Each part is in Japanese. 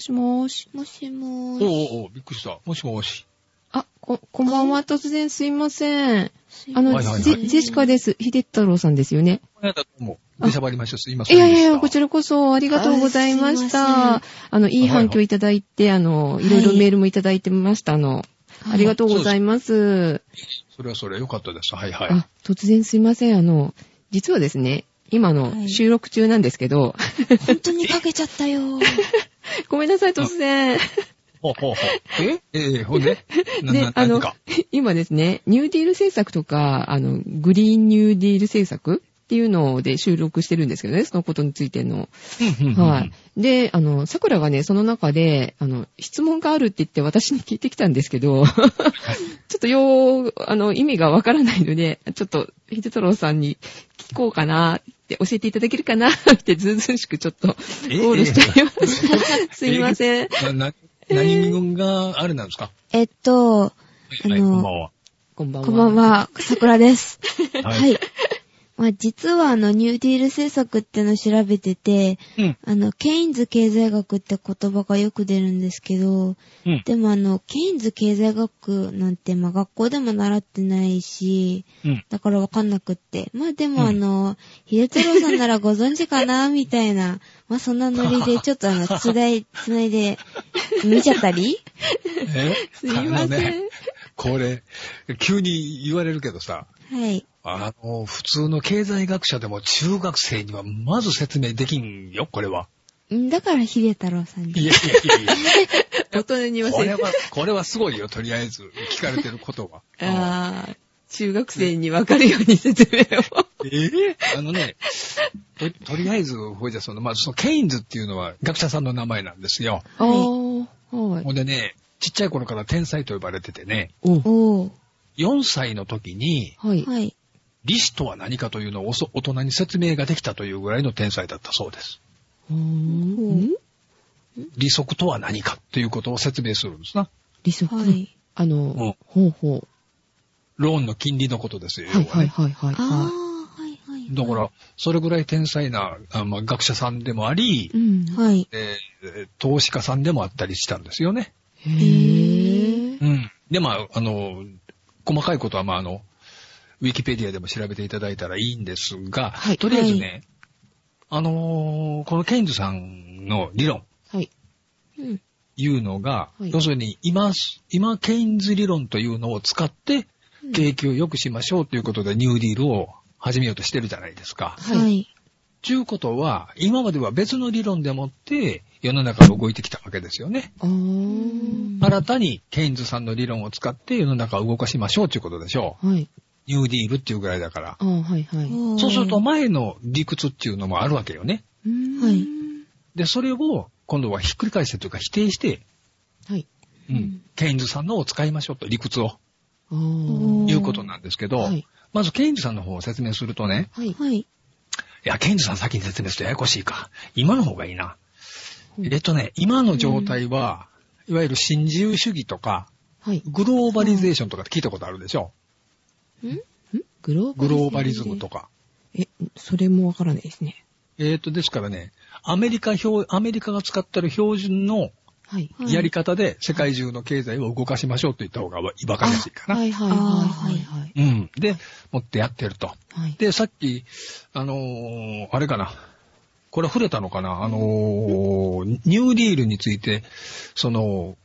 しもーし、もしもーし。おうおうおうびっくりした。もしもし。あ、こ、こんばんは、突然すいません。あの、はいはいはいジェジェシカです。秀太郎さんですよね。あなたどうも、出しゃばりました。すいませいんでやした。いやいや、こちらこそありがとうございましあすいまた。あの、いい反響いただいて、あの、いろいろメールもいただいてました。あの、ありがとうございます。それはそれは良かったです。はいはい。あ、突然すいません。あの、実はですね、今あはの、い収録中なんですけど、 本当にかけちゃったよ。ごめんなさい、突然。ほうほうほう。えええほんでな、でな、、あ何のか。、 今ですね、ニューディール政策とか、あの、グリーンニューディール政策っていうので収録してるんですけどね、そのことについての。うんうんうんうんはい。。で、あの、桜がね、その中で、あの、質問があるって言って私に聞いてきたんですけど、 ちょっとよう、あの、意味がわからないので、ちょっと、秀太郎さんに聞こうかな、って教えていただけるかな、ってずうずうしくちょっと、ゴえールしていま した。すいません。な、な、何軍があれなんですかえっと、はいはあい、このんばんは。こんばんは。こんばん。は、桜です。は。はいまあ、実はあの、ニューディール政策ってのを調べてて、うん。あの、ケインズ経済学って言葉がよく出るんですけど、うん。でもあの、ケインズ経済学なんて、まあ、学校でも習ってないし、うん。だからわかんなくって。まあでうんもあの、秀太郎さんならご存知かな、みたいな。まあそんなノリで、ちょっとあの、つない、つないで、見ちゃったりえすいまあのせんね。これ、急に言われるけどさ、はい。あの、普通の経済学者でも中学生にはまず説明できんよ、これは。んだから秀太郎さんいに。やいやいやいや。大人に言わこせれる。は、これはすごいよ、とりあえず。聞かれてることは。 あー中学生にわかるように説明を。ええあのね、ととりあえず、ほいじゃその、まず、そのケインズっていうのは学者さんの名前なんですよ。あー、はい。ほんでね、ちっちゃい頃から天才と呼ばれててね、おおー。 4歳の時に、はい。はい。利子とは何かというのをおそ大人に説明ができたというぐらいの天才だったそうです。うーん利息とは何かということを説明するんですな。利息。はい。あんの、ほうほローンの金利のことですよ、う。要ははいね。はいはいはい。はあー、はいはい。だから、それぐらい天才な、あまあ、学者さんでもあり、い。うん。はい。えー投資家さんでもあったりしたんですよね。へぇー。うん。で、まあ、あの、細かいことは、まあ、あの、ウィキペディアでも調べていただいたらいいんですが、はいとりあえずね、あのーこのケインズさんの理論、はい。うん。いうのが、はい要するに今、今、ケインズ理論というのを使って、景気を良くしましょうということで、ニューディールを始めようとしてるじゃないですか。は。い。ちゅうことは、今までは別の理論でもって、世の中が動いてきたわけですよね。あー。新たにケインズさんの理論を使って世の中を動かしましょうということでしょはい。う。ニューディールっていうぐらいだからあ。ー、はいはい。おーそうすると、前の理屈っていうのもあるわけよね。うーんはい。で、それを今度はひっくり返してというか否定して、はい。うんケインズさんのを使いましょうと、理屈を、あうんー。いうことなんですけど、はい。まずケインズさんの方を説明するとね、はい。はい。いや、ケインズさん先に説明するとややこしいか。今の方がいいな。うんえっとね、今の状態は、いわゆる新自由主義とか、はい。グローバリゼーションとかって聞いたことあるでしょんグローバリグローバリズムとか。え、それもわからないですね。えっと、ですからね、アメリカ標、アメリカが使ってる標準のはい。はいやり方で世界中の経済を動かしましょうと言った方がわわかりやすいかな。はいはいはいはいはい。うん。で、持ってやってると。はい。で、さっき、あのーあれかな。これ触れたのかなあのーニューディールについて、その、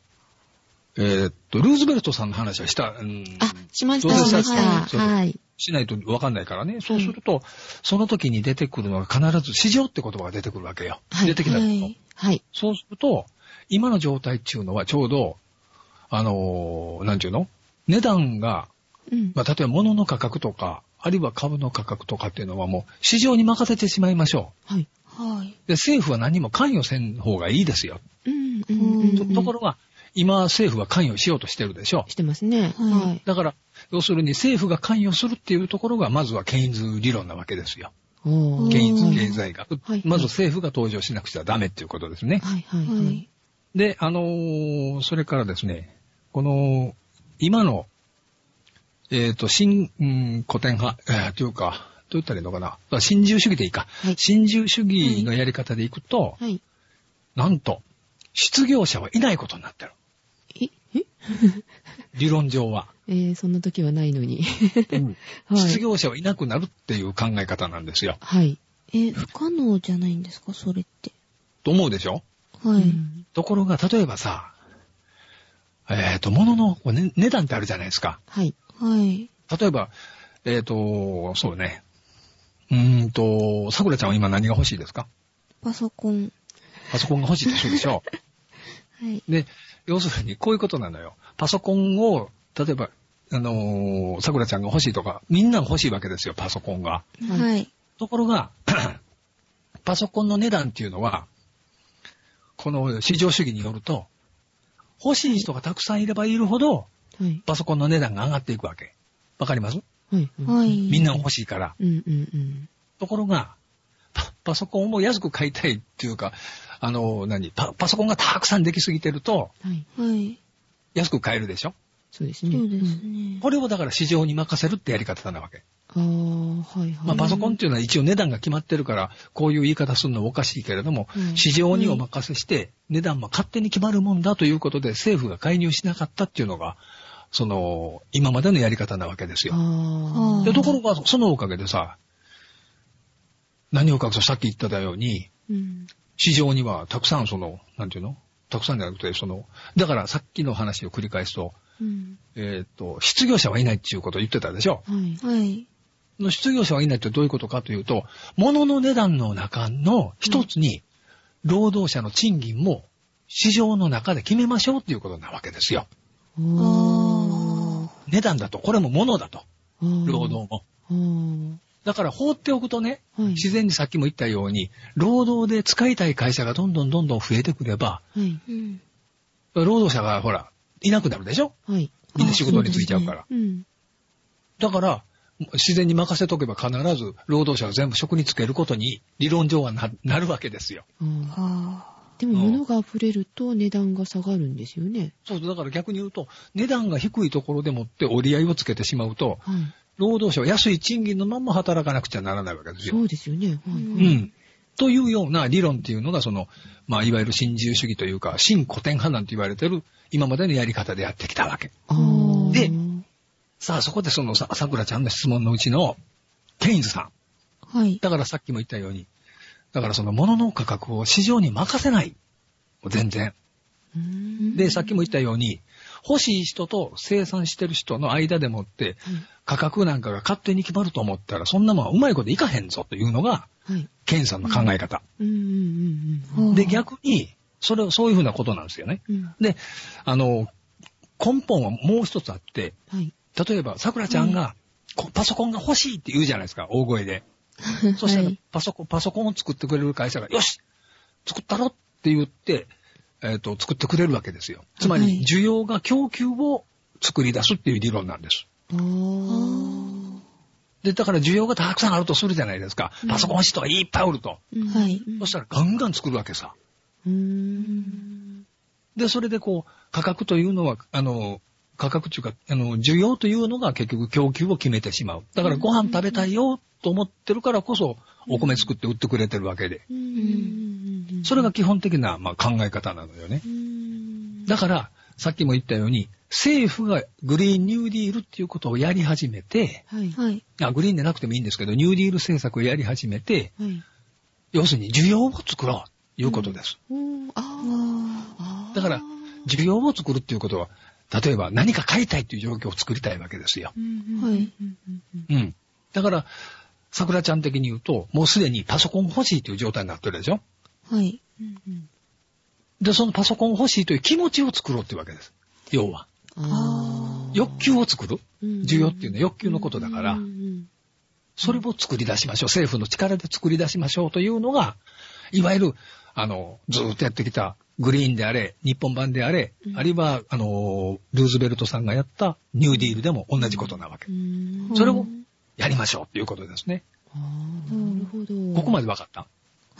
えーっと、ルーズベルトさんの話はした、うん、あ、しましどたうしでまししたた。はい。しないとわかんないからね。そうすると、その時に出てくるのは必ず市場って言葉が出てくるわけよ。はい出てきたの、はいはい。そうすると、今の状態っていうのはちょうど、あのーなんていうの値段がうん。まあ、例えば物の価格とか、あるいは株の価格とかっていうのはもう市場に任せてしまいましょはい。はい。う。で、政府は何も関与せん方がいいですよ。うんううんとところが、今政府は関与しようとしてるでしょしてますね。はいはい。う。だから、要するに政府が関与するっていうところが、まずはケインズ理論なわけですよ。おーケインズうん経済学はい。まず政府が登場しなくちゃダメっていうことですね。はいはいははいい。。で、あのーそれからですね、この、今の、えっ、と、新、うん、古典派、えーというか、どう言ったらいいのかな。あ新自由主義でいいか。はい新自由主義のやり方でいくと、はい。なんと、失業者はいないことになってる。え、え 理論上は。えーそんな時はないの に。はい失業者はいなくなるっていう考え方なんですよ。はい。え、不可能じゃないんですかそれって。と思うでしょはい。うんところが、例えばさ、えっ、と、物のこうね値段ってあるじゃないですか。はい。はい。例えば、えっ、と、そうね。うーんと、さくらちゃんは今何が欲しいですかパソコン。パソコンが欲しいとするでしょ。はい。で、要するにこういうことなのよ。パソコンを、例えば、あのー、さくらちゃんが欲しいとか、みんなが欲しいわけですよ、パソコンが。はいはい。ところが、 パソコンの値段っていうのは、この市場主義によると、欲しい人がたくさんいればいるほど、はい。パソコンの値段が上がっていくわけ。わかりますはい。は。い。みんなが欲しいから。うんうんうん。ところが、パパソコンを安く買いたいっていうか、あのー、何パパソコンがたくさんできすぎてると、はい。はい。安く買えるでしょそうですね。そうですんね。これをだから市場に任せるってやり方なわけ。ああ、はいはい。まあ、パソコンっていうのは一応値段が決まってるから、こういう言い方するのはおかしいけれども、市場にお任せして、値段も勝手に決まるもんだということで、政府が介入しなかったっていうのが、その、今までのやり方なわけですよ。ああ。でところが、そのおかげでさ、何を隠そう、さっき言ったように、うん。市場にはたくさんその、なんていうのたくさんじゃなくて、その、だからさっきの話を繰り返すと、うん。えーっ、と、失業者はいないっていうことを言ってたでしょ。はい。はい。の失業者はいないってどういうことかというと、物の値段の中の一つに、労働者の賃金も市場の中で決めましょうっていうことなわけですよ。あ値段だと、これも物だと、あ。労。働も。あーだから放っておくとね、はい自然にさっきも言ったように、労働で使いたい会社がどんどんどんどん増えてくれはば、い。うん。労働者がほら、いなくなるでしょはい。みんな仕事に就いちゃうから。うん。だから、自然に任せとけば必ず労働者が全部職に就けることに理論上はななるわけですよ。あーはでも物が溢れると値段が下がるんですよね。そうだから逆に言うと、値段が低いところでもって折り合いをつけてしまうと、はい。労働者は安い賃金のまんま働かなくちゃならないわけですよそ。うですよね。はい。うんうはいん。というような理論っていうのが、その、まあ、いわゆる新自由主義というか、新古典派なんて言われてる、今までのやり方でやってきたわけ。あーでさあ、そこでそのさ、桜ちゃんの質問のうちの、ケインズさん。あ。はい。だからさっきも言ったように、だからその物の価格を市場に任せない。全然。うーんで、さっきも言ったように、欲しい人と生産してる人の間でもって、価格なんかが勝手に決まると思ったら、そんなもんはうまいこといかへんぞというのが、はい。ケンさんの考え方。うんうんうんうんで、逆に、それを、そういうふうなことなんですよね。うん。うん。で、あの、根本はもう一つあって、はい。例えば、桜ちゃんが、こパソコンが欲しいって言うじゃないですか、大声で。そしたらはい、パソコン、パソコンを作ってくれる会社が、よし作ったろって言って、えっ、と、作ってくれるわけですよ。つまはい、り需要が供給を作り出すっていう理論なんです。あーはで、だから需要がたくさんあるとするじゃないですか。パソコン欲しい人がいっぱいおると。うんあ。はい。そしたらガンガン作るわけさ。うーん。で、それでこう、価格というのは、あの、価格というか、あの、需要というのが結局供給を決めてしまう。だからご飯食べたいよと思ってるからこそ、お米作って売ってくれてるわけで。うんうんうんそれが基本的な、まあ、考え方なのよね。うんだから、さっきも言ったように、政府がグリーンニューディールっていうことをやり始めて、はい。ははい。あグリーンでなくてもいいんですけど、ニューディール政策をやり始めて、い。要するに需要を作ろうということです。うーん。あああ。だから需要を作るっていうことは、例えば何か買いたいという状況を作りたいわけですよ。うんははいい。うん。だから、桜ちゃん的に言うと、もうすでにパソコン欲しいという状態になってるでしょあ。はい。で、そのパソコン欲しいという気持ちを作ろうっていうわけです。要は。あー欲求を作る。うん需要っていうのは欲求のことだからうんうんそれを作り出しましょう。政府の力で作り出しましょうというのが、いわゆる、あの、ずーっとやってきたグリーンであれ、日本版であれ、あるいは、あの、ルーズベルトさんがやったニューディールでも同じことなわけう。ん。それをやりましょうということですね。ああ、なるほど。ここまでわかった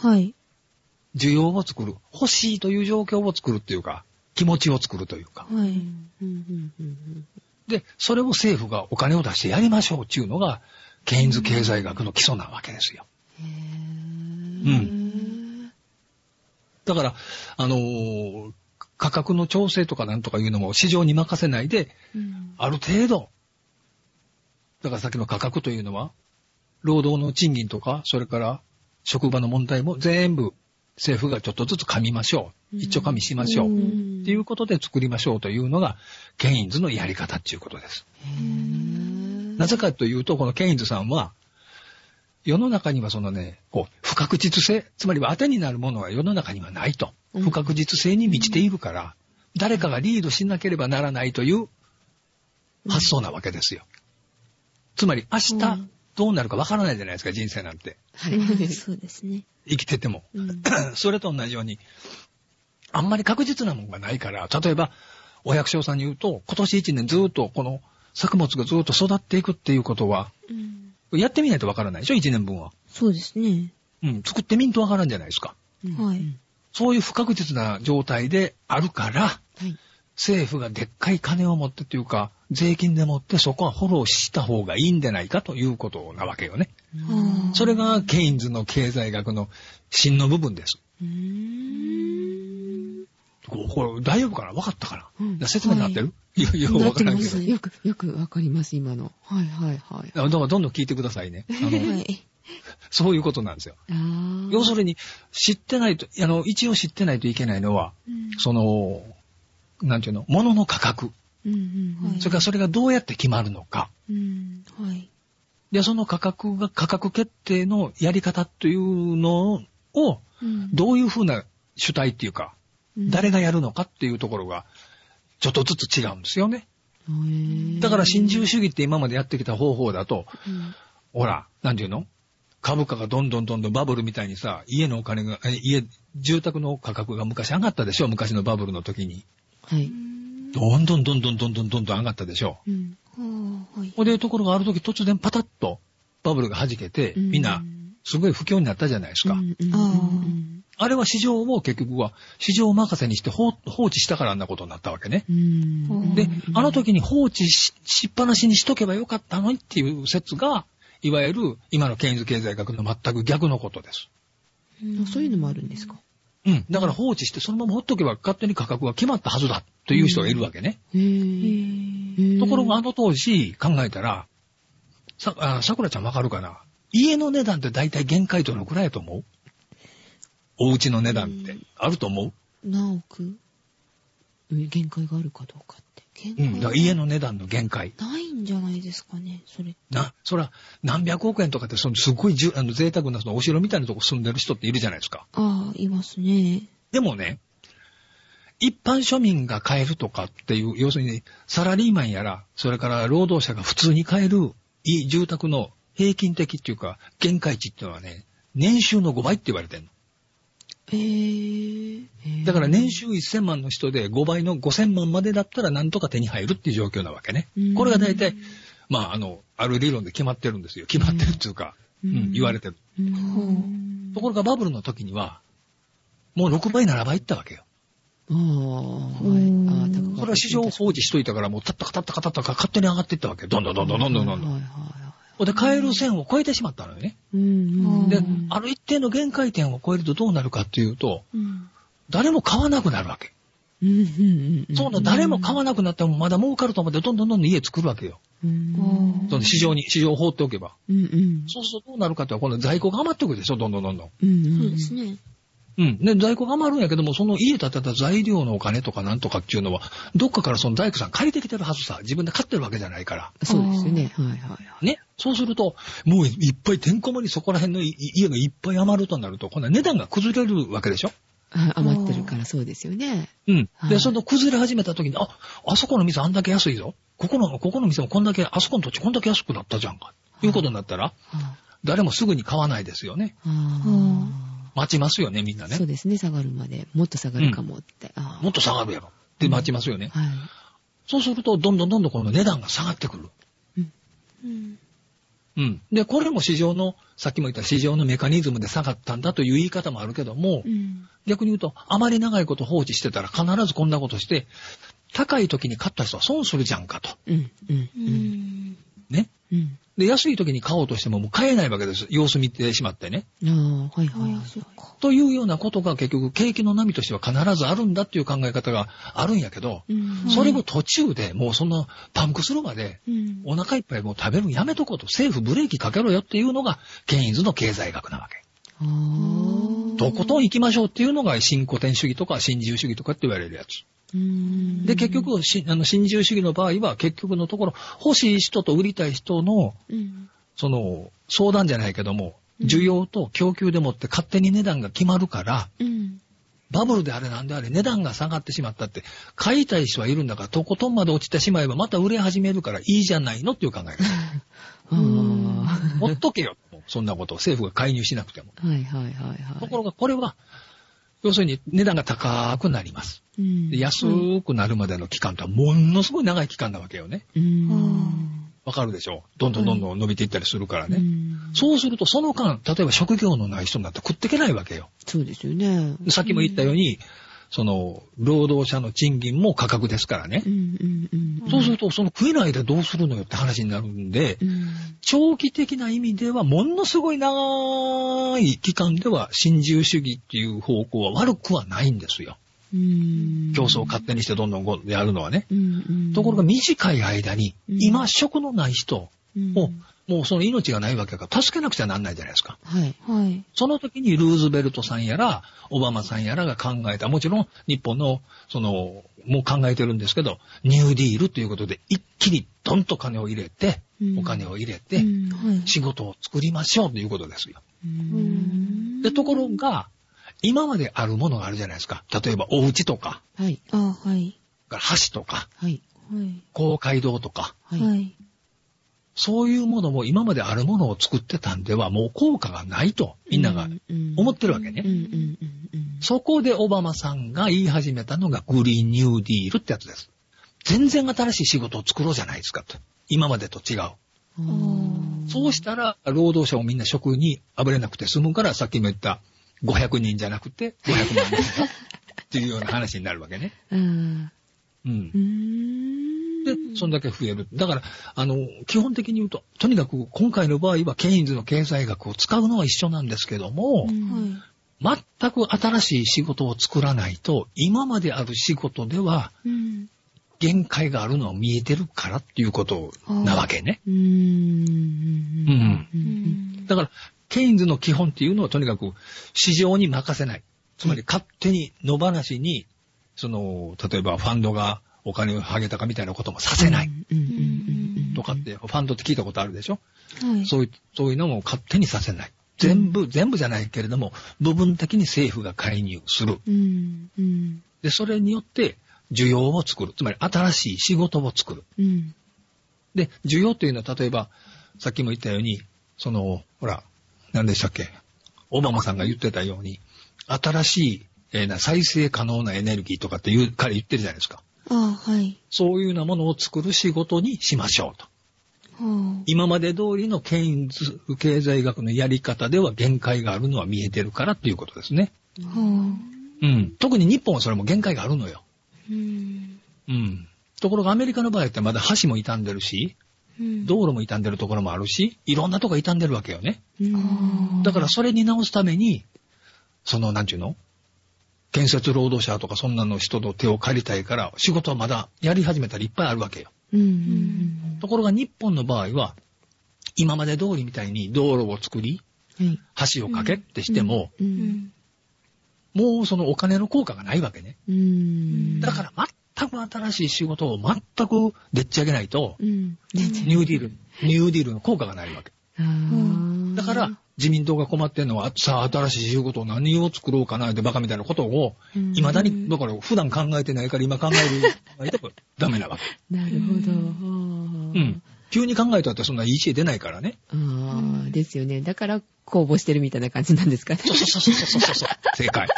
はい。需要を作る。欲しいという状況を作るっていうか、気持ちを作るというか。はい。うんうんうんで、それを政府がお金を出してやりましょうっていうのが、ケインズ経済学の基礎なわけですよ。うん。へうーだから、あのー価格の調整とかなんとかいうのも市場に任せないで、うんある程度、だからさっきの価格というのは、労働の賃金とか、それから職場の問題も全部政府がちょっとずつ噛みましょう。うん一丁噛みしましょう。んっていうことで作りましょうというのが、ケインズのやり方っていうことです。なぜかというと、このケインズさんは、世の中にはそのね、こう、不確実性、つまりは当てになるものが世の中にはないと。うん不確実性に満ちているから、誰かがリードしなければならないという発想なわけですよ。つまり明う日んどうなるかわからないじゃないですか、人生なんて。はういん。そうですね。生きてても。 うん。それと同じように、あんまり確実なものがないから、例えば、お百姓さんに言うと、今年一年ずっとこの作物がずっと育っていくっていうことは、うんやってみないとわからないでしょ、一年分は。そうですね。うん、作ってみんとわからんじゃないですか。はい。そういう不確実な状態であるから、はい。政府がでっかい金を持ってというか、税金でもってそこはフォローした方がいいんじゃないかということなわけよね。はあそれがケインズの経済学の芯の部分です。うーん。ここれ大丈夫かな分かったかな、うん説明になってる、い、よくな分っかてらまんけどす。よく、よくわかります、今の。はいはいはい。あだからどんどん聞いてくださいね。あの はい。そういうことなんですよ。ああ。要するに、知ってないと、あの、一応知ってないといけないのは、うんその、なんていうの、物の価格。うんうんうんはいそれからそれがどうやって決まるのか。うん。はい。で、その価格が、価格決定のやり方というのを、うんどういうふうな主体っていうか、うん誰がやるのかっていうところが、ちょっとずつ違うんですよね。へーだから、新自由主義って今までやってきた方法だと、うんほら、なんていうの株価がどんどんどんどんバブルみたいにさ、家のお金が、え家、住宅の価格が昔上がったでしょ昔のバブルの時に。はい。どんどんどんどんどんどんどんどん上がったでしょうん。はあはい。ほいで、ところがある時突然パタッとバブルが弾けて、うんみんな、すごい不況になったじゃないですか。うんうんうんああれは市場を結局は、市場任せにして放放置したからあんなことになったわけね。うん。でうん、あの時に放置ししっぱなしにしとけばよかったのにっていう説が、いわゆる今のケインズ経済学の全く逆のことです。あそういうのもあるんですか。うん。だから放置してそのまま放っとけば勝手に価格が決まったはずだという人がいるわけね。へへえ。え。とところがあ、の当時考えたら、さ、あ、桜ちゃんわかるかな家の値段って大体限界どのくらいやと思うお家の値段ってあると思う何億限界があるかどうかって。限う界ん。だから家の値段の限界。ないんじゃないですかね、それ。な、そら、何百億円とかって、そのすっごいじゅあの贅沢なそのお城みたいなとこ住んでる人っているじゃないですか。ああ、いますね。でもね、一般庶民が買えるとかっていう、要するにサラリーマンやら、それから労働者が普通に買えるいい住宅の平均的っていうか、限界値っていうのはね、年収の5倍って言われてるの。へえ。だから年収1000万の人で5倍の5000万までだったらなんとか手に入るっていう状況なわけねうん。これが大体、まあ、あの、ある理論で決まってるんですよ。決まってるっていうか、うんうん、言われてる。うんところがバブルの時には、もう6倍、7倍いったわけよ。ああ、はうい。んああ、高かったこれは市場を放置しといたから、もうタッタカタッタカタッタカ勝手に上がっていったわけよ。どんどんどんどんどんどんどんどん。はいはいはほんで、買える線を超えてしまったのよね。い。うんうんでうん、ある一定の限界点を超えるとどうなるかっていうと、うん。誰も買わなくなるわけ。うんうんうん。そうな、誰も買わなくなってもまだ儲かると思って、どんどんどんどん家作るわけよ。うん。その市場に、市場を放っておけば。うんうん。そうするとどうなるかって、今度在庫が余ってくるでしょ、どんどんどんどん。うんうん。そうですね。うん。で、在庫が余るんやけども、その家建てた材料のお金とかなんとかっていうのは、どっかからその大工さん借りてきてるはずさ。自分で買ってるわけじゃないから。そうですよね。はいはいはい。ね。そうすると、もういっぱいてんこ盛りそこら辺のい家がいっぱい余るとなると、こんな値段が崩れるわけでしょあ余ってるからそうですよね。うん。はで、いその崩れ始めた時に、あ、あそこの店あんだけ安いぞ。ここの、ここの店もこんだけ、あそこの土地こんだけ安くなったじゃんか。いうことになったら、は誰もすぐに買わないですよね。ああ待ちますよね、みんなあ。ねそう。ですね。下がるまで。もっと下がるかもって。ああもっと下がるやろ。で、待ちますよね。はい。そうすると、どんどんどんどんこの値段が下がってくる。うん。うん。で、これも市場の、さっきも言った市場のメカニズムで下がったんだという言い方もあるけども、うん。逆に言うと、あまり長いこと放置してたら必ずこんなことして、高い時に買った人は損するじゃんかと。うんうんうん。ね。うん。で、安い時に買おうとしてももう買えないわけです。様子見てしまってね。ああ、はいはいあはあ、い。そうか。というようなことが結局、景気の波としては必ずあるんだっていう考え方があるんやけど、うんそれも途中でもうそんなパンクするまで、うん。お腹いっぱいもう食べるのやめとこうと、政府ブレーキかけろよっていうのが、ケインズの経済学なわけ。ああ。とことん行きましょうっていうのが、新古典主義とか新自由主義とかって言われるやつ。うんで、結局、しあの新自由主義の場合は、結局のところ、欲しい人と売りたい人の、うん。その、相談じゃないけども、うん需要と供給でもって勝手に値段が決まるから、うん。バブルであれなんであれ、値段が下がってしまったって、買いたい人はいるんだから、とことんまで落ちてしまえば、また売れ始めるからいいじゃないのっていう考え方。 ああ。持っとけよ。もうそんなことを政府が介入しなくても。はいはいはいはい。ところが、これは、要するに値段が高くなります。うんで安くなるまでの期間とはものすごい長い期間なわけよね。うーん。わかるでしょどんどんどんどん伸びていったりするからうね。んそうすると、その間、例えば職業のない人になって食っていけないわけよ。そうですよね。さっきも言ったように、その、労働者の賃金も価格ですからねう。んうんうん。そうすると、その食えないでどうするのよって話になるんで、うん。長期的な意味では、ものすごい長い期間では、新自由主義っていう方向は悪くはないんですよ。うん。競争を勝手にしてどんどんごやるのはね。うんうん。ところが短い間に、うん今職のない人うん、を、もうその命がないわけだから、助けなくちゃなんないじゃないですか。はい。はい。その時にルーズベルトさんやら、オバマさんやらが考えた、もちろん日本の、その、もう考えてるんですけど、ニューディールということで、一気にドンと金を入れて、うんお金を入れて、うんはい。仕事を作りましょうということですよ。う。うんんで、ところが、今まであるものがあるじゃないですか。例えば、お家とか、はい。あ、はい。橋とか、はい。はい。公会堂とか、はい。はい。そういうものも今まであるものを作ってたんでは、もう効果がないと、みんなが思ってるわけうんうね。んうんうん。そこでオバマさんが言い始めたのが、グリーンニューディールってやつです。全然新しい仕事を作ろうじゃないですかと。今までと違う。あーそうしたら、労働者をみんな職にあぶれなくて済むから、さっきも言った500人じゃなくて500万人だっていうような話になるわけ ね。あー。うんう。ーん。で、そんだけ増える。だから、あの、基本的に言うと、とにかく今回の場合は、ケインズの経済学を使うのは一緒なんですけども、うんは。全く新しい仕事を作らないと、今まである仕事ではいうん。限界があるのは見えてるからっていうことなわけね。うーん。う。うんうんん。だから、ケインズの基本っていうのはとにかく市場に任せない。つまり勝手に野放しに、その、例えばファンドがお金をハゲたかみたいなこともさせない。うんうんうんうん。とかって、ファンドって聞いたことあるでしょはい。そういう、そういうのも勝手にさせない。全部、全部じゃないけれども、部分的に政府が介入する。うん。うん。で、それによって需要を作る。つまり新しい仕事を作る。うん。で、需要というのは例えば、さっきも言ったように、その、ほら、何でしたっけオバマさんが言ってたように、新しい、えーな再生可能なエネルギーとかって言う、彼言ってるじゃないですか。あ、はい。そういうようなものを作る仕事にしましょうと。は今まで通りのケインズ経済学のやり方では限界があるのは見えてるからということですね。あ。はうん。特に日本はそれも限界があるのよ。あ。うん。うん。ところがアメリカの場合ってまだ橋も傷んでるし、うん。道路も傷んでるところもあるし、いろんなとこ傷んでるわけよね。うんだからそれに直すために、その、なんちゅうの建設労働者とかそんなの人の手を借りたいから、仕事はまだやり始めたらいっぱいあるわけよ。うんうんところが日本の場合は、今まで通りみたいに道路を作り、うん。はい。橋を架けってしても、う。うんん。もうそのお金の効果がないわけね。うん。だから全く新しい仕事を全くでっち上げないと、うん。全然。ニューディール、ニューディールの効果がないわけ。あーだから、、自民党が困ってんのは、さあ、新しい仕事を何を作ろうかな、で、バカみたいなことを、うん未だに、だから、普段考えてないから、今考える、 ダメなわけ。なるほど。ううん。急に考えたって、そんな EC 出ないからね。ああ、ですよね。だから、公募してるみたいな感じなんですかね。そうそうそうそうそうそう。 正解。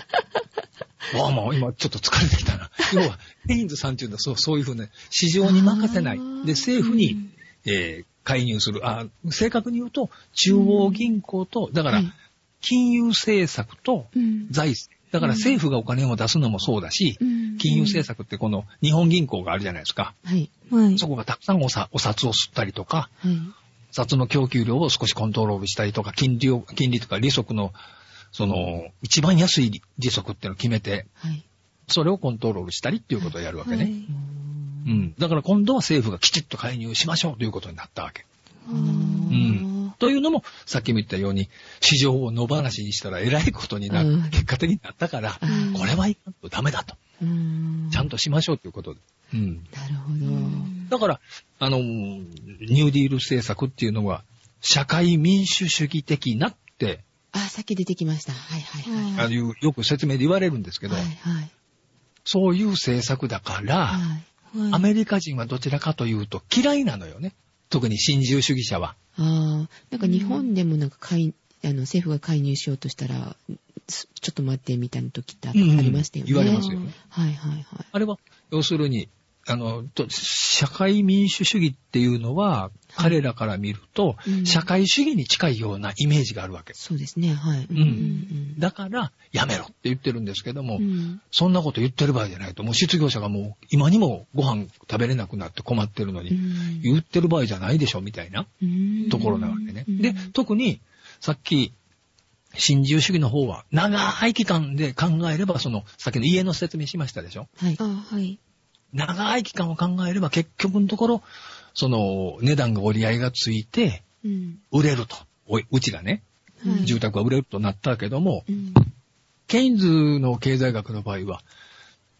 わあ、もう今ちょっと疲れてきたな。要は、ヘインズさんっていうのはそうそういうふうな、市場に任せないあー。で、政府に、えー介入する。あ、正確に言うと、中央銀行と、だからうん、金融政策とうん。財政。だから政府がお金を出すのもそうだし、うん金融政策ってこの日本銀行があるじゃないですか。はい。はい。そこがたくさんおさお札を吸ったりとか、はい。札の供給量を少しコントロールしたりとか、金利を、金利とか利息の、その、一番安い利息っていうのを決めて、はい。それをコントロールしたりっていうことをやるわけね。はいうん。だから今度は政府がきちっと介入しましょうということになったわけ。あーうん。というのも、さっきも言ったように、市場を野放しにしたらえらいことにな、うん結果的になったから、うんこれはいかんとダメだと。うーんちゃんとしましょうということで。うん。なるほど。だから、あの、ニューディール政策っていうのは、社会民主主義的なって、あ、さっき出てきました。はいはいはい。あのいうよく説明で言われるんですけど、はいはい。そういう政策だから、はい。はいアメリカ人はどちらかというと嫌いなのよね。特に新自由主義者は。ああ、なんか日本でもなんか介、あの、政府が介入しようとしたら、すちょっと待ってみたいな時ってああうんうんりましたよね。言われますよね。はいはいはい。あれは、要するに、あの、と社会民主主義っていうのは、彼らから見ると、うん社会主義に近いようなイメージがあるわけです。そうですね、はい。うんんだから、やめろって言ってるんですけども、うんそんなこと言ってる場合じゃないと、もう失業者がもう今にもご飯食べれなくなって困ってるのうに、ん言ってる場合じゃないでしょ、みたいなうんところなわけね。うんで、特に、さっき、新自由主義の方は、長い期間で考えれば、その、さっきの家の説明しましたでしょはい。あ、はい。長い期間を考えれば結局のところ、その値段が折り合いがついて、うん。売れると。おいうちがね、はい住宅が売れるとなったけども、うんケインズの経済学の場合は、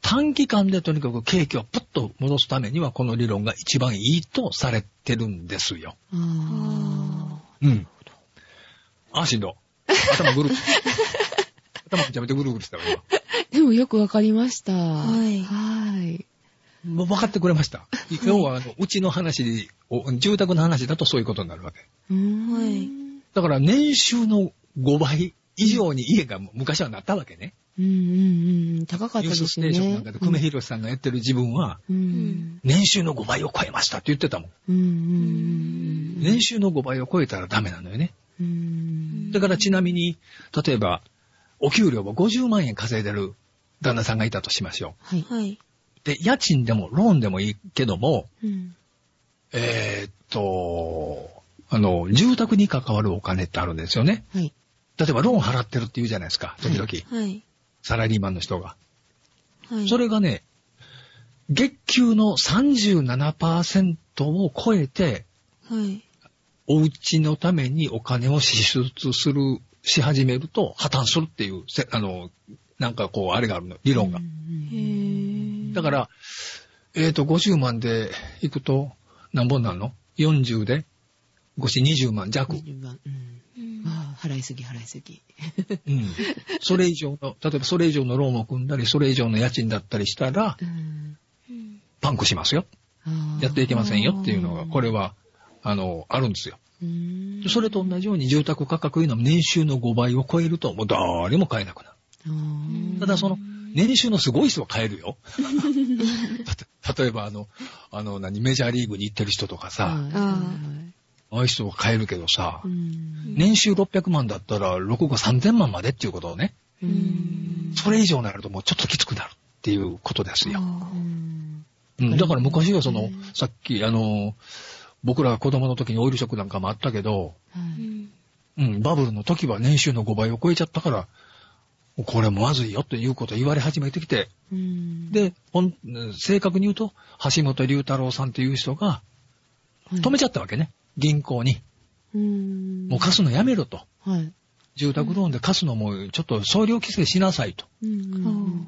短期間でとにかく景気をプッと戻すためには、この理論が一番いいとされてるんですよ。あうん。あ、しんど。頭ぐるぐ る。頭めちゃめちゃぐるぐるしたわ、今ーでもよくわかりました。はいはい。もう分かってくれました。要は、あのうちの話を、住宅の話だとそういうことになるわけ。うんはいだから年収の5倍以上に家が昔はなったわけね。うんうんうん。高かったニでュースすスよね。テーションなんかで久米宏さんがやってる自分は、うん。年収の5倍を超えましたって言ってたもん。うんうん年収の5倍を超えたらダメなのよね。うん。うん。だからちなみに、例えば、お給料を50万円稼いでる旦那さんがいたとしましょはい。はい。う。で、家賃でもローンでもいいけども、うん。えーっと、あの、住宅に関わるお金ってあるんですよね。はい。例えばローン払ってるって言うじゃないですか、時々。はい。サラリーマンの人が。はい。それがね、月給の37%を超えて、はい。お家のためにお金を支出する、し始めると破綻するっていう、せあの、なんかこう、あれがあるの、理論がう。んへぇだから、えっ、と、50万で行くと、何本なんの ?40 で、5し20万弱。 20番うんうんああ払いすぎ払いすぎ。うん。それ以上の、例えばそれ以上のローンを組んだり、それ以上の家賃だったりしたら、うんうんパンクしますよ。ああやっていけませんよっていうのが、これは、あの、あるんですよ。うんそれと同じように住宅価格いうのも年収の5倍を超えると、もう誰も買えなくなあーる。ただその、年収のすごい人は買えるよ。 たと例えばあの、あの、何、メジャーリーグに行ってる人とかさ、はいあああいう人は買えるけどさう、ん年収600万だったら、6億3000万までっていうことをね、うんそれ以上になるともうちょっときつくなるっていうことですよ。うんうん、だから昔はその、さっき、あの、僕らが子供の時にオイルショックなんかもあったけど、はういんうん、バブルの時は年収の5倍を超えちゃったから、これまずいよということを言われ始めてきて、うんで、ほん正確に言うと、橋本龍太郎さんという人がはい止めちゃったわけね。銀行に。うんもう貸すのやめろと。はい住宅ローンで貸すのもちょっと総量規制しなさいと。うんうん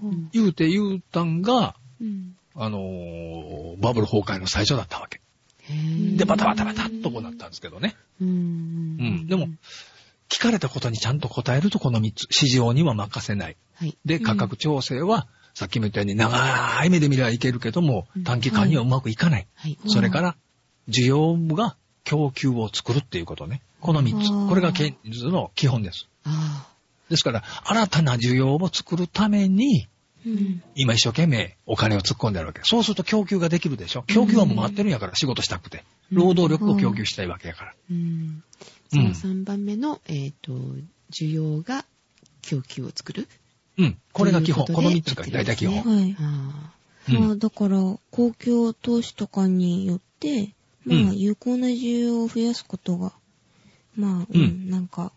うん言うて言うたんが、うんあのーバブル崩壊の最初だったわけ。へーで、バタバタバタっとこうなったんですけどね。うんうん。でも、聞かれたことにちゃんと答えるとこの3つ。市場には任せない。はいで、価格調整は、さっきも言ったように長い目で見ればいけるけどもうん、短期間にはうまくいかない。はいそれから、需要が供給を作るっていうことね。このあ3ーつ。これがケインズの基本です。あですから、新たな需要を作るために、うん今一生懸命お金を突っ込んであるわけ。そうすると供給ができるでしょ。供給はもう待ってるんやから仕事したくて。労働力を供給したいわけやから。ーうんうそのん3番目のえっと需要が供給を作るうん。これが基本。というこことので3つが大体基や本。はい。あうんまあだから、公共投資とかによって、まあ、うん有効な需要を増やすことが、まあ、うん、うんなんか、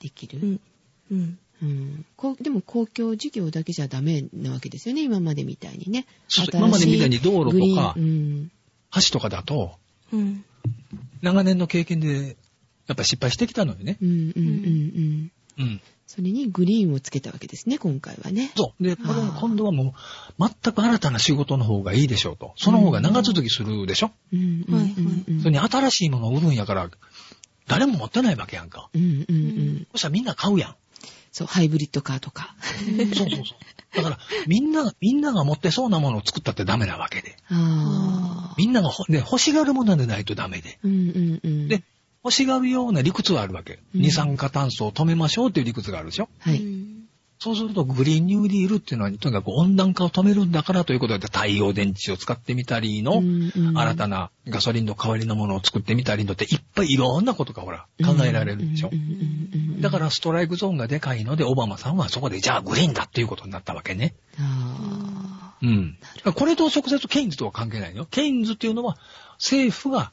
できうる、ん、うん。うんこうでも公共事業だけじゃダメなわけですよね、今までみたいにね。そう新しい今までみたいに道グ路リーとンかうん橋とかだと、うん。長年の経験で、やっぱ失敗してきたのよねう。んうんうんうん。うん。それにグリーンをつけたわけですね、今回はね。そう。で、これあもー今度はもう、全く新たな仕事の方がいいでしょうと。その方が長続きするでしょ、うんうんうんうんはいはいそれに新しいものを売るんやから、誰も持ってないわけやんか。うんうんうん。そしたらみんな買うやん。そう、ハイブリッドカーとか。そうそうそう。だから、みんな、みんなが持ってそうなものを作ったってダメなわけで。ああ。みんながほ、ね、欲しがるものでないとダメで。うんうんうん。で、欲しがるような理屈はあるわけ。うん二酸化炭素を止めましょうっていう理屈があるでしょはうい。んそうすると、グリーンニューディールっていうのは、とにかく温暖化を止めるんだからということで、太陽電池を使ってみたりの、新なたなガソリンの代わりのものを作ってみたりのって、いっぱいいろんなことがほら、考えられるでしょうんう。んうんうんだから、ストライクゾーンがでかいので、オバマさんはそこで、じゃあグリーンだっていうことになったわけね。あうん。これと直接ケインズとは関係ないよ。ケインズっていうのは、政府が、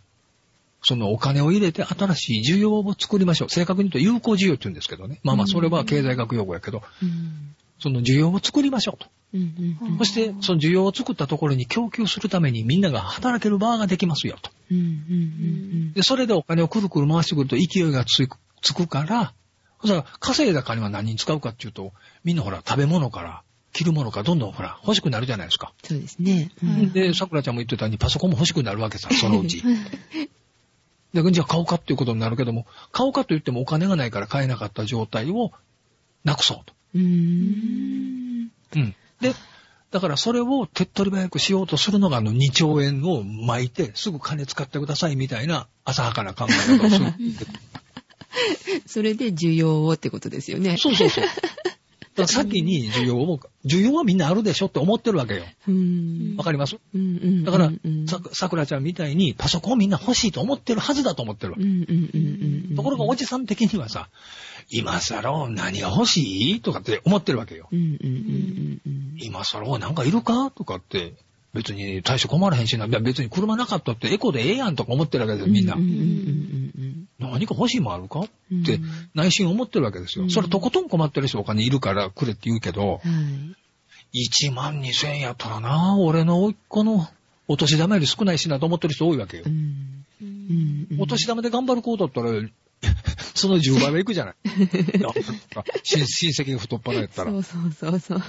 そのお金を入れて新しい需要を作りましょう。正確に言うと有効需要って言うんですけどね。まあまあ、それは経済学用語やけど、ーうんその需要を作りましょうと。うんうんうんそして、その需要を作ったところに供給するためにみんなが働ける場ができますよと。うんうんで、それでお金をくるくる回してくると勢いがつくつくから、そしたら稼いだ金は何に使うかっていうと、みんなほら、食べ物から、着るものから、どんどんほら、欲しくなるじゃないですか。そうですね。うんはいで、桜ちゃんも言ってたように、パソコンも欲しくなるわけさ、そのうち。で、じゃあ買おうかっていうことになるけども、買おうかと言ってもお金がないから買えなかった状態をなくそうと。うーん。うん。で、だからそれを手っ取り早くしようとするのがあの2兆円を巻いてすぐ金使ってくださいみたいな浅はかな考え方をす る。それで需要をってことですよね。そうそうそう。だから先に需要を、需要はみんなあるでしょって思ってるわけよ。うーん。わかりますうんうんうんだからうん、ささくらちゃんみたいにパソコンみんな欲しいと思ってるはずだと思ってるわうんうんうんうん。ところがおじさん的にはさ、今更何が欲しいとかって思ってるわけよ。うんうんうんうんうん。今更なんかいるかとかって、別に大して困らへんしな、いや別に車なかったってエコでええやんとか思ってるわけですよ、みんな。うんうんうん何か欲しいもんあるかっうんうん。て内心思ってるわけですうよ。んそれとことん困ってる人お金いるからくれって言うけど、はい。 1万2千円やったらな、俺の甥っ子のお年玉より少ないしなと思ってる人多いわけよう。ん。ううんんうんお年玉で頑張る子だったら、 その10倍はいくじ ゃない。親親戚が太っ腹やったら。そうそうそうそう。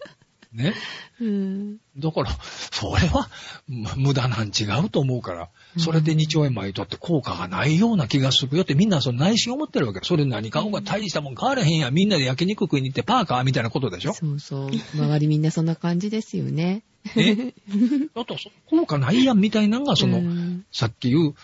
ね。うん。だから、それはむ無駄なん違うと思うから、それで2兆円巻いとって効果がないような気がするよってみんなその内心思ってるわけ。それ何買おうか大したもん買われへんやん。みんなで焼肉食いに行ってパーカーみたいなことで しょ。そうそう。周りみんなそんな感じですよね。ね。あと、そ効果ないやんみたいなのが、その、うんさっき言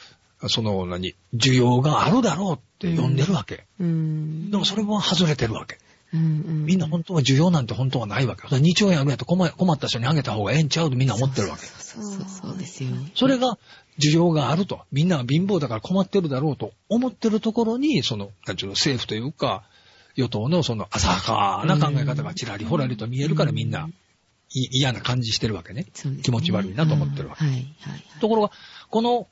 う、その何、需要があるだろうって呼んでるわけ。うん。でもそれは外れてるわけ。みみんな本当は需要なんて本当はないわけ。だから2兆円あるんやったら困困った人にあげた方がええんちゃうとみんな思ってるわけ。そうそうそうですよ。それが需要があると。みんなが貧乏だから困ってるだろうと思ってるところに、その、なんちゅうの、政府というか、与党のその浅はかな考え方がちらりほらりと見えるからみんないう嫌な感じしてるわけね。そうですね気持ち悪いなと思ってるわけはいはいはい。ところが、この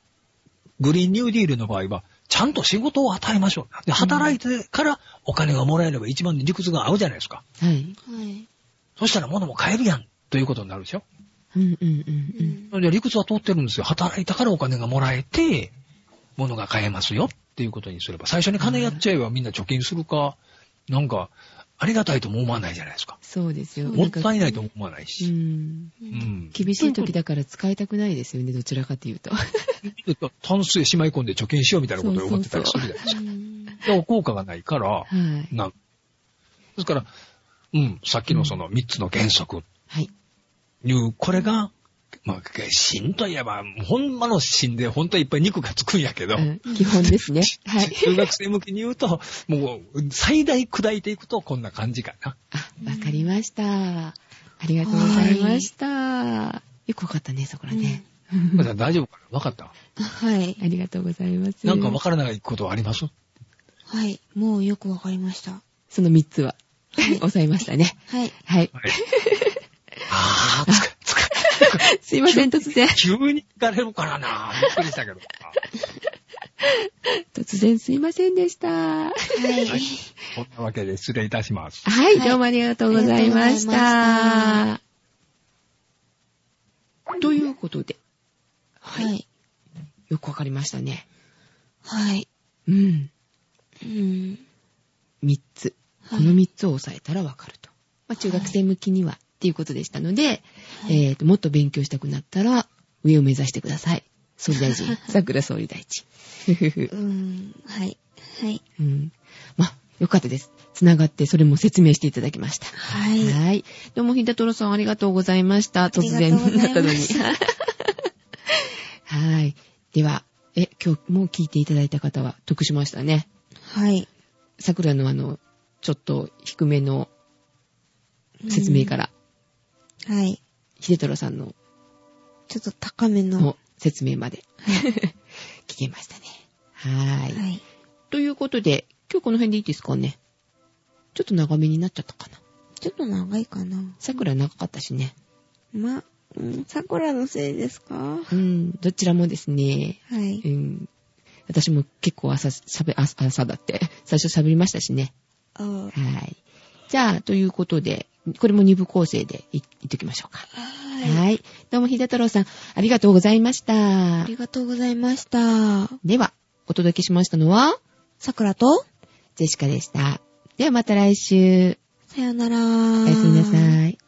グリーンニューディールの場合は、ちゃんと仕事を与えましょう。で働いてからお金がもらえれば一番理屈が合うじゃないですか。はい。はい。そしたら物も買えるやんということになるでしょ。うんうんうんそれで理屈は通ってるんですよ。働いたからお金がもらえて、物が買えますよっていうことにすれば、最初に金やっちゃえばみんな貯金するか、なんか、ありがたいとも思わないじゃないですか。そうですよ。もったいないと思も思わないうし。ん。ううんん。厳しい時だから使いたくないですよね、どちらかと いうと。単数へしまい込んで貯金しようみたいなことを思ってたりするじゃないですか。でも効果がないから、はい。なんですから、うん、さっきのその3つの原則はい。いう、これが、まあ、芯といえば、ほんまの芯で、本当はいっぱい肉がつくんやけど、うん基本ですね。はい。 中学生向けに言うと、もう、最大砕いていくとこんな感じかな。あ、わかりました。ありがとうございました。よくわかったね、そこらね。まだ大丈夫かなわかったはい。ありがとうございます。なんかわからないことはありますはい。もうよくわかりました。その3つは、抑えましたね。はい。はい。あー、つか、つか。 すいません、突然。急に聞かれるからな。びっくりした けど。突然すいませんでした。はい。こんなわけで失礼いたします。はい、どうもありがとうございましあた。ということで、はい。よくわかりましたね。はい。うん。うん。 3つ。こはいの3つを押さえたらわかると。まあ、中学生向きにはっていうことでしたので、はいえーと、もっと勉強したくなったら、上を目指してください。総理大 臣、桜総理大臣。ふふふうん。はい。はい。うん。まあ、よかったです。つながって、それも説明していただきました。はいはい。どうも、ひだとろさん、ありがとうございました。突然ありながとうござっいたのま に。したはい。では、え、今日、もう聞いていただいた方は、得しましたね。はい。桜のあの、ちょっと低めの説明から、うん。はい。ひでとろさんのちょっと高めの。の説明 まで聞けましたね。はい。はい。ということで、今日この辺でいいですかね。ちょっと長めになっちゃったかな。ちょっと長いかな。桜長かったしね。ま、うん、桜のせいですかはうん、どちらもですね。い。うん。私も結構朝、しゃべ、朝朝だって、最初喋りましたしね。あーはい。じゃあ、ということで、これも2部構成でい、いっときましょうか。はい。はい。どうも、ひだ太郎さん、ありがとうございましあたり。がとうございました。では、お届けしましたのは、桜と、ジェシカでした。ではまた来週。さよなら。おおやすみなさい。